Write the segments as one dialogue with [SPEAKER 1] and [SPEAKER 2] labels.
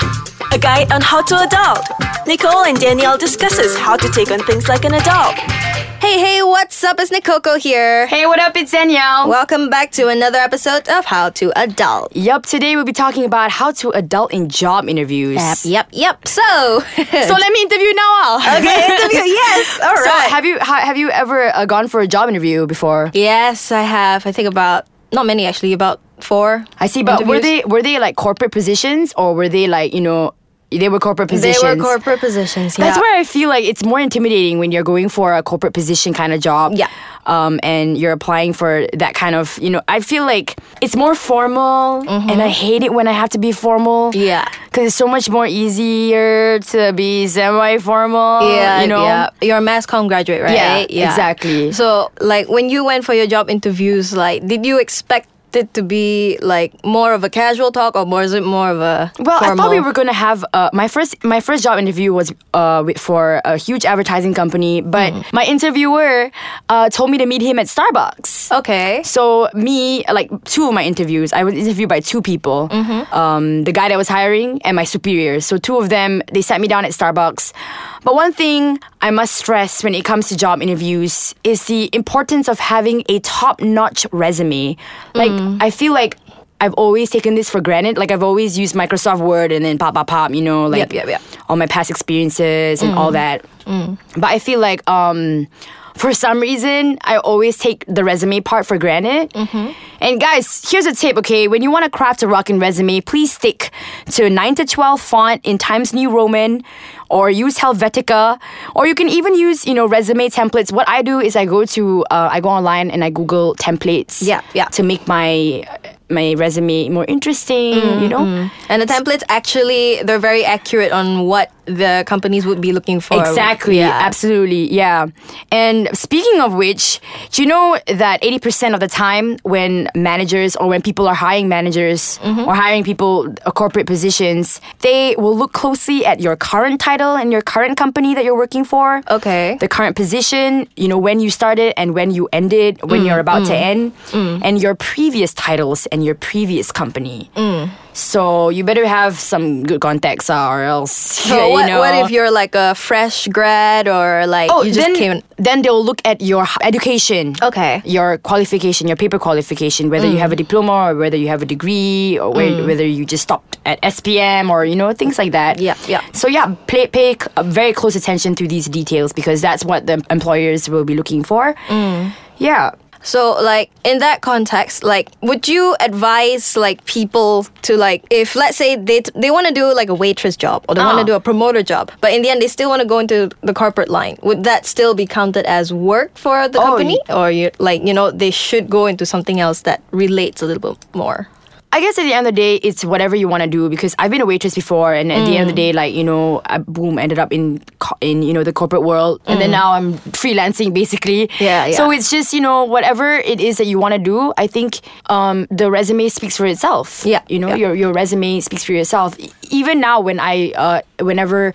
[SPEAKER 1] a guide on how to adult. Nicole and Danielle discusses how to take on things like an adult.
[SPEAKER 2] Hey, hey, what's up? It's Nikoko here.
[SPEAKER 3] Hey, what up? It's Danielle.
[SPEAKER 2] Welcome back to another episode of How to Adult.
[SPEAKER 3] Yup, today we'll be talking about how to adult in job interviews.
[SPEAKER 2] Yep, yep, yep. So,
[SPEAKER 3] So let me interview now. ah.
[SPEAKER 2] okay, interview. Yes, all
[SPEAKER 3] So
[SPEAKER 2] right.
[SPEAKER 3] have you ha- have you ever uh, gone for a job interview before?
[SPEAKER 2] yes, I have. I think about not many actually, about four.
[SPEAKER 3] I see, but were
[SPEAKER 2] interviews.
[SPEAKER 3] they were they like corporate positions or were they like you know they were corporate positions?
[SPEAKER 2] They were corporate positions. Yeah.
[SPEAKER 3] That's where I feel like it's more intimidating when you're going for a corporate position kind of job.
[SPEAKER 2] Yeah.
[SPEAKER 3] Um, and you're applying for that kind of, you know, I feel like it's more formal and I hate it when I have to be formal.
[SPEAKER 2] Mm-hmm. Yeah.
[SPEAKER 3] Because it's so much more easier to be semi formal.
[SPEAKER 2] Yeah,
[SPEAKER 3] You know?
[SPEAKER 2] yeah. You're a mass comm graduate, right?
[SPEAKER 3] Yeah, exactly.
[SPEAKER 2] So, like, when you went for your job interviews, like, did you expect it to be like more of a casual talk, or more is it more of a
[SPEAKER 3] Well, I thought we
[SPEAKER 2] formal?
[SPEAKER 3] were gonna have uh, my first my first job interview was uh, with- for a huge advertising company, but
[SPEAKER 2] Mm.
[SPEAKER 3] my interviewer uh, told me to meet him at Starbucks.
[SPEAKER 2] okay.
[SPEAKER 3] So me, like two of my interviews, I was interviewed by two people,
[SPEAKER 2] Mm-hmm.
[SPEAKER 3] um, the guy that was hiring and my superiors. So two of them, they sat me down at Starbucks. But one thing I must stress when it comes to job interviews is the importance of having a top-notch resume. Like
[SPEAKER 2] Mm.
[SPEAKER 3] I feel like. I've always taken this for granted. Like I've always used Microsoft Word and then pop, pop, pop. You know, like
[SPEAKER 2] Yep, yep, yep.
[SPEAKER 3] all my past experiences and
[SPEAKER 2] Mm-hmm.
[SPEAKER 3] all that.
[SPEAKER 2] Mm.
[SPEAKER 3] But I feel like um, for some reason, I always take the resume part for granted.
[SPEAKER 2] Mm-hmm.
[SPEAKER 3] And guys, here's a tip, okay? When you want to craft a rockin' resume, please stick to 9 to 12 font in Times New Roman or use Helvetica. Or you can even use, you know, resume templates. What I do is I go to, uh, I go online and I Google templates
[SPEAKER 2] Yeah, yeah.
[SPEAKER 3] to make my my resume more interesting, you know?
[SPEAKER 2] And the templates actually they're very accurate on what the companies would be looking for.
[SPEAKER 3] Exactly.
[SPEAKER 2] Yeah.
[SPEAKER 3] Absolutely. Yeah. And speaking of which, do you know that 80% of the time when managers or when people are hiring managers
[SPEAKER 2] Mm-hmm.
[SPEAKER 3] or hiring people uh, corporate positions, they will look closely at your current title and your current company that you're working for.
[SPEAKER 2] Okay.
[SPEAKER 3] The current position, you know, when you started and when you ended,
[SPEAKER 2] Mm,
[SPEAKER 3] when you're about to end, and your previous titles and your previous company.
[SPEAKER 2] Mm.
[SPEAKER 3] So you better have some good contacts uh, or else.
[SPEAKER 2] So
[SPEAKER 3] you
[SPEAKER 2] what,
[SPEAKER 3] know.
[SPEAKER 2] what if you're like a fresh grad or like
[SPEAKER 3] Oh,
[SPEAKER 2] you just
[SPEAKER 3] then,
[SPEAKER 2] came?
[SPEAKER 3] then they'll look at your h- education.
[SPEAKER 2] Okay. Mm.
[SPEAKER 3] Your qualification, your paper qualification, whether you have a diploma or whether you have a degree or whe- whether you just stopped at SPM or, you know, things like that.
[SPEAKER 2] Yeah, yeah.
[SPEAKER 3] So, yeah, pay, pay c- uh, very close attention to these details because that's what the employers will be looking for.
[SPEAKER 2] Mm.
[SPEAKER 3] Yeah.
[SPEAKER 2] So like in that context, like would you advise like people to like if let's say they t- they want to do like a waitress job or they want
[SPEAKER 3] Ah.
[SPEAKER 2] to do a promoter job, but in the end they still want to go into the corporate line, would that still be counted as work for the
[SPEAKER 3] Oh,
[SPEAKER 2] company, or you like you know they should go into something else that relates a little bit more?
[SPEAKER 3] I guess at the end of the day, it's whatever you want to do because I've been a waitress before, and at the end of the
[SPEAKER 2] Mm.
[SPEAKER 3] day, like you know, I boom ended up in co- in you know the corporate world, and then now I'm freelancing basically.
[SPEAKER 2] Mm. Yeah, yeah.
[SPEAKER 3] So it's just you know whatever it is that you want to do. I think um, the resume speaks for itself.
[SPEAKER 2] Yeah,
[SPEAKER 3] you know
[SPEAKER 2] yeah.
[SPEAKER 3] your your resume speaks for yourself. E- Even now, when I uh, whenever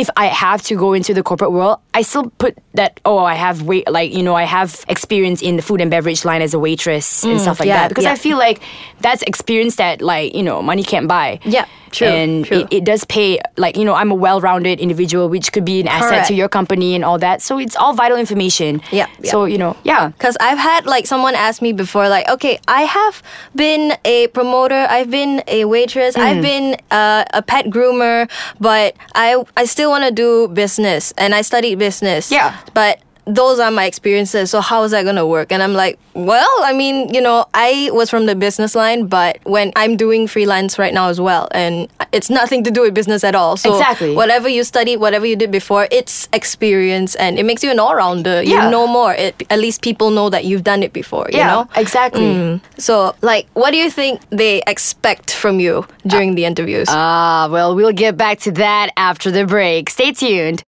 [SPEAKER 3] if I have to go into the corporate world, I still put that oh I have wait like you know I have experience in the food and beverage line as a waitress and stuff like
[SPEAKER 2] yeah,
[SPEAKER 3] that because
[SPEAKER 2] yeah.
[SPEAKER 3] I feel feel like that's experience that like you know money can't buy
[SPEAKER 2] Yeah, true,
[SPEAKER 3] and
[SPEAKER 2] true.
[SPEAKER 3] It, it does pay like you know i'm a well-rounded individual which could be an
[SPEAKER 2] Correct.
[SPEAKER 3] asset to your company and all that so it's all vital information
[SPEAKER 2] Yeah,
[SPEAKER 3] so you know yeah
[SPEAKER 2] Because I've had like someone ask me before, like, okay, I have been a promoter, I've been a waitress,
[SPEAKER 3] Mm.
[SPEAKER 2] I've been uh, a pet groomer, but I I still want to do business and I studied business.
[SPEAKER 3] Yeah.
[SPEAKER 2] But those are my experiences. So how is that gonna work? And I'm like, well, I mean, you know, I was from the business line, but when I'm doing freelance right now as well, and it's nothing to do with business at all. So
[SPEAKER 3] Exactly.
[SPEAKER 2] whatever you studied, whatever you did before, it's experience and it makes you an all rounder.
[SPEAKER 3] Yeah.
[SPEAKER 2] You know more. It, at least people know that you've done it before, you
[SPEAKER 3] yeah
[SPEAKER 2] know?
[SPEAKER 3] exactly
[SPEAKER 2] So, like, what do you think they expect from you during the interviews?
[SPEAKER 3] ah well we'll get back to that after the break stay tuned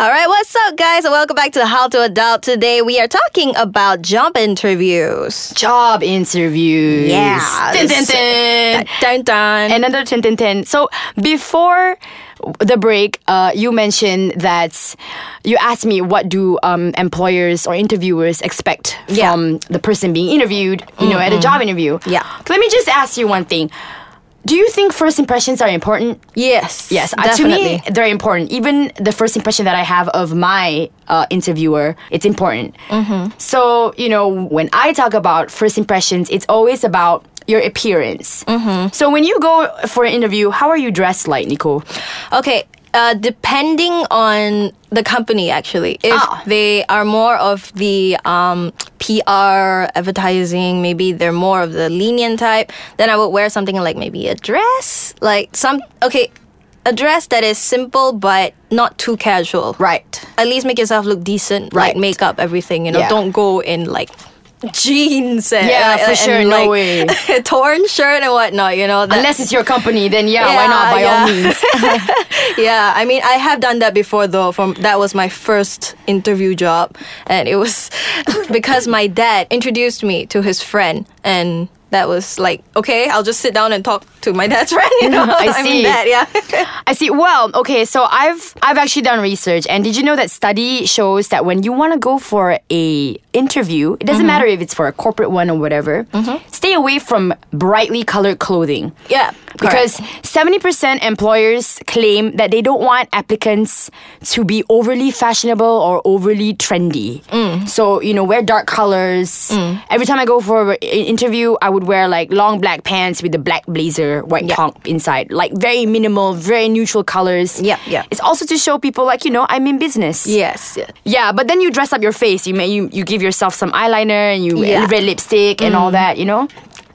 [SPEAKER 2] All right, what's up, guys? And welcome back to How to Adult. Today, we are talking about job interviews.
[SPEAKER 3] job interviews
[SPEAKER 2] Yeah.
[SPEAKER 3] Dun, dun, dun.
[SPEAKER 2] Dun dun.
[SPEAKER 3] Another 10 10 10. So before the break, uh, you mentioned that you asked me what do um, employers or interviewers expect
[SPEAKER 2] Yeah. Mm-hmm.
[SPEAKER 3] from the person being interviewed, you know, at a job interview.
[SPEAKER 2] Yeah.
[SPEAKER 3] Let me just ask you one thing. do you think first impressions are important?
[SPEAKER 2] Yes.
[SPEAKER 3] Yes, uh, to
[SPEAKER 2] definitely.
[SPEAKER 3] me they're important. Even the first impression that I have of my uh, interviewer, it's important. Mm-hmm. So you know, when I talk about first impressions, it's always about your appearance. Mm-hmm. So when you go for an interview, how are you dressed, like Nicole?
[SPEAKER 2] Okay. Uh, depending on the company, actually, if
[SPEAKER 3] Ah.
[SPEAKER 2] they are more of the um, PR advertising, maybe they're more of the lenient type, then I would wear something like maybe a dress, like some okay, a dress that is simple but not too casual.
[SPEAKER 3] Right.
[SPEAKER 2] At least make yourself look decent, like
[SPEAKER 3] Right.
[SPEAKER 2] makeup, everything. You know,
[SPEAKER 3] Yeah.
[SPEAKER 2] don't go in like jeans and
[SPEAKER 3] Yeah, for
[SPEAKER 2] and,
[SPEAKER 3] sure, no way.
[SPEAKER 2] a torn shirt and whatnot. You know, that,
[SPEAKER 3] Unless it's your company, then yeah, why
[SPEAKER 2] Yeah,
[SPEAKER 3] not? By all
[SPEAKER 2] yeah.
[SPEAKER 3] means.
[SPEAKER 2] yeah, I mean, I have done that before though. From that was my first interview job, and it was because my dad introduced me to his friend, and that was like, okay, I'll just sit down and talk to my dad's friend. You know,
[SPEAKER 3] I see.
[SPEAKER 2] mean that, yeah.
[SPEAKER 3] I see. Well, okay, so I've I've actually done research and did you know that study shows that when you want to go for a interview, it doesn't matter if it's for a corporate one or whatever. Stay away from brightly colored clothing.
[SPEAKER 2] Yeah,
[SPEAKER 3] Because 70% employers claim that they don't want applicants to be overly fashionable or overly trendy.
[SPEAKER 2] Mm.
[SPEAKER 3] So, you know, wear dark colors. Every time I go for an interview, I would wear like long black pants with a black blazer, white
[SPEAKER 2] Yeah.
[SPEAKER 3] top inside. Like very minimal, very neutral colors.
[SPEAKER 2] Yeah, yeah.
[SPEAKER 3] It's also to show people like, you know, I'm in business.
[SPEAKER 2] yes, yes.
[SPEAKER 3] Yeah, but then you dress up your face. You may you, you give yourself some eyeliner and you
[SPEAKER 2] Yeah. Mm.
[SPEAKER 3] red lipstick and all that, you know?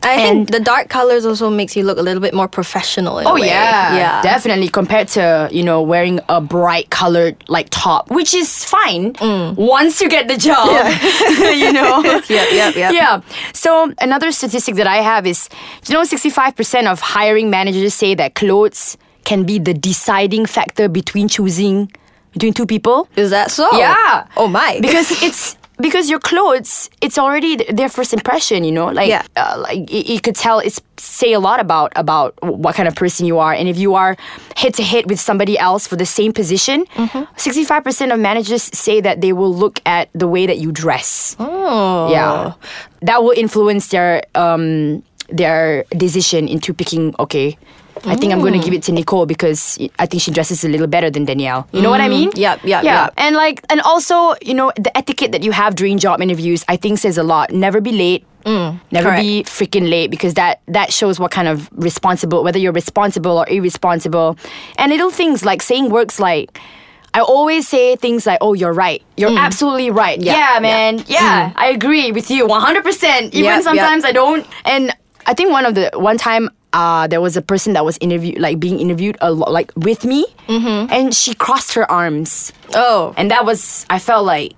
[SPEAKER 2] I
[SPEAKER 3] And-
[SPEAKER 2] think the dark colors also makes you look a little bit more professional. In a
[SPEAKER 3] Oh
[SPEAKER 2] way.
[SPEAKER 3] yeah,
[SPEAKER 2] yeah,
[SPEAKER 3] definitely. Compared to you know wearing a bright colored like top, which is fine once you get the job. you know.
[SPEAKER 2] Mm. Yep, yep, yep.
[SPEAKER 3] Yeah. So another statistic that I have is, you know, sixty-five percent of hiring managers say that clothes can be the deciding factor between choosing between two people.
[SPEAKER 2] Is that so?
[SPEAKER 3] Yeah.
[SPEAKER 2] Oh my.
[SPEAKER 3] Because it's because your clothes, it's already th- their first impression. You know, like
[SPEAKER 2] Yeah.
[SPEAKER 3] uh, like y- you could tell it's say a lot about about what kind of person you are, and if you are head to head with somebody else for the same position,
[SPEAKER 2] Mm-hmm.
[SPEAKER 3] 65 percent of managers say that they will look at the way that you dress. Oh. Yeah, that will influence their um their decision into picking. Okay. I think I'm going to give it to Nicole because I think she dresses a little better than Danielle. You know what I mean?
[SPEAKER 2] Yup, yup,
[SPEAKER 3] yeah.
[SPEAKER 2] yup.
[SPEAKER 3] And like, and also, you know, the etiquette that you have during job interviews, I think says a lot. Never be late. Never be freaking late because that that shows what kind of responsible, whether you're responsible or irresponsible, and little things like saying words like. I always say things like, "Oh, you're right. You're absolutely right. Yeah, man. Yeah, I agree with you
[SPEAKER 2] Yep,
[SPEAKER 3] 100%. Even
[SPEAKER 2] yep.
[SPEAKER 3] sometimes I don't." And I think one of the one time uh, there was a person that was interviewed, like being interviewed a lot, like with me, and she crossed her arms.
[SPEAKER 2] Oh.
[SPEAKER 3] And that was, I felt like,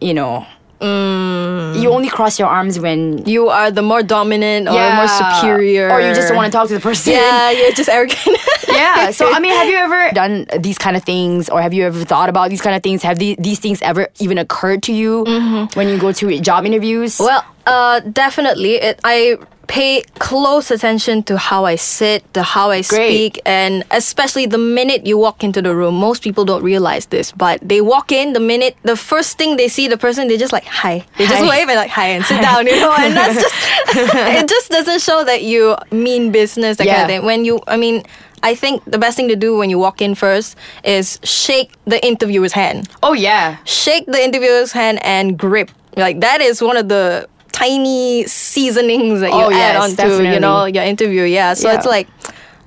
[SPEAKER 3] you know, you only cross your arms when
[SPEAKER 2] You are the more dominant or more
[SPEAKER 3] Yeah.
[SPEAKER 2] superior,
[SPEAKER 3] Or you just don't want to talk to the person.
[SPEAKER 2] Yeah, you're just arrogant.
[SPEAKER 3] yeah. So, I mean, have you ever done these kind of things or have you ever thought about these kind of things? Have the, these things ever even occurred to you when you go to job interviews?
[SPEAKER 2] Well, uh, definitely. It, I pay close attention to how I sit, to how I speak, and especially the minute you walk into the room. Most people don't realize this, but they walk in the minute, the first thing they see the person, they just like hi. They just
[SPEAKER 3] Hi.
[SPEAKER 2] wave and like hi and sit down, you know. And that's just it. Just doesn't show that you mean business. That kind of
[SPEAKER 3] Yeah.
[SPEAKER 2] thing. When you, I mean. I think the best thing to do when you walk in first is shake the interviewer's hand
[SPEAKER 3] oh, yeah.
[SPEAKER 2] shake the interviewer's hand and grip. Like that is one of the tiny seasonings that you
[SPEAKER 3] Oh,
[SPEAKER 2] add
[SPEAKER 3] yes,
[SPEAKER 2] onto
[SPEAKER 3] definitely.
[SPEAKER 2] you know your interview. Yeah, so
[SPEAKER 3] Yeah.
[SPEAKER 2] it's like.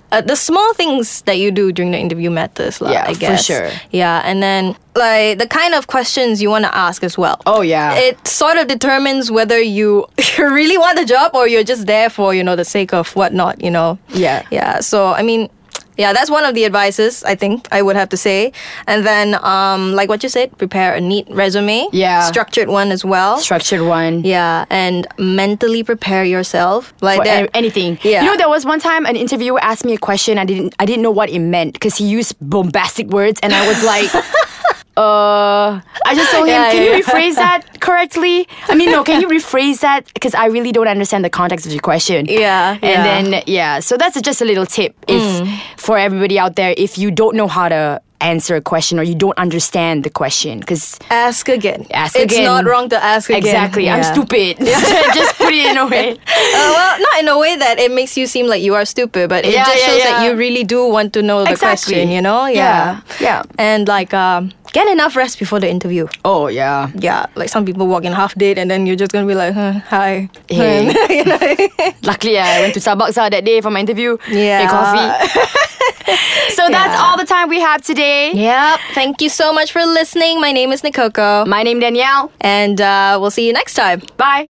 [SPEAKER 2] Uh, the small things that you do during the interview matters, lah,
[SPEAKER 3] Yeah,
[SPEAKER 2] I
[SPEAKER 3] for
[SPEAKER 2] guess.
[SPEAKER 3] sure.
[SPEAKER 2] Yeah, and then like the kind of questions you want to ask as well.
[SPEAKER 3] Oh, yeah.
[SPEAKER 2] It sort of determines whether you really want the job or you're just there for you know the sake of whatnot. You know.
[SPEAKER 3] Yeah.
[SPEAKER 2] Yeah. So I mean, yeah, that's one of the advices I think I would have to say. And then, um, like what you said, prepare a neat resume.
[SPEAKER 3] Yeah.
[SPEAKER 2] Structured one as well.
[SPEAKER 3] Structured one.
[SPEAKER 2] yeah, and mentally prepare yourself like
[SPEAKER 3] for
[SPEAKER 2] that.
[SPEAKER 3] an- anything.
[SPEAKER 2] Yeah.
[SPEAKER 3] You know, there was one time an interviewer asked me a question. I didn't I didn't know what it meant because he used bombastic words, and I was like. Uh, I just told him,
[SPEAKER 2] Yeah,
[SPEAKER 3] can
[SPEAKER 2] yeah,
[SPEAKER 3] you rephrase that correctly? I mean, no, can you rephrase that? Because I really don't understand the context of your question.
[SPEAKER 2] Yeah, Mm.
[SPEAKER 3] and
[SPEAKER 2] yeah.
[SPEAKER 3] then yeah, so that's just a little tip if for everybody out there if you don't know how to answer a question or you don't understand the question because
[SPEAKER 2] Ask again.
[SPEAKER 3] Ask
[SPEAKER 2] it's
[SPEAKER 3] again.
[SPEAKER 2] not wrong to ask again.
[SPEAKER 3] exactly I'm
[SPEAKER 2] Yeah.
[SPEAKER 3] stupid. Just put it in a way.
[SPEAKER 2] Uh, well, not in a way that it makes you seem like you are stupid, but it
[SPEAKER 3] Yeah,
[SPEAKER 2] just
[SPEAKER 3] yeah,
[SPEAKER 2] shows that
[SPEAKER 3] yeah.
[SPEAKER 2] you really do want to know the
[SPEAKER 3] Exactly.
[SPEAKER 2] question, you know?
[SPEAKER 3] Yeah,
[SPEAKER 2] Yeah.
[SPEAKER 3] yeah.
[SPEAKER 2] And like, um, get enough rest before the interview.
[SPEAKER 3] Oh yeah.
[SPEAKER 2] Yeah, like some people walk in half dead and then you're just gonna be like, huh, hi.
[SPEAKER 3] Hey.
[SPEAKER 2] You know?
[SPEAKER 3] Luckily, I went to Starbucks uh, that day for my interview.
[SPEAKER 2] Yeah.
[SPEAKER 3] Get coffee. so that's
[SPEAKER 2] Yeah.
[SPEAKER 3] all the time we have today.
[SPEAKER 2] yep. Thank you so much for listening. My name is Nikoko.
[SPEAKER 3] My name Danielle.
[SPEAKER 2] And uh, we'll see you next time.
[SPEAKER 3] Bye.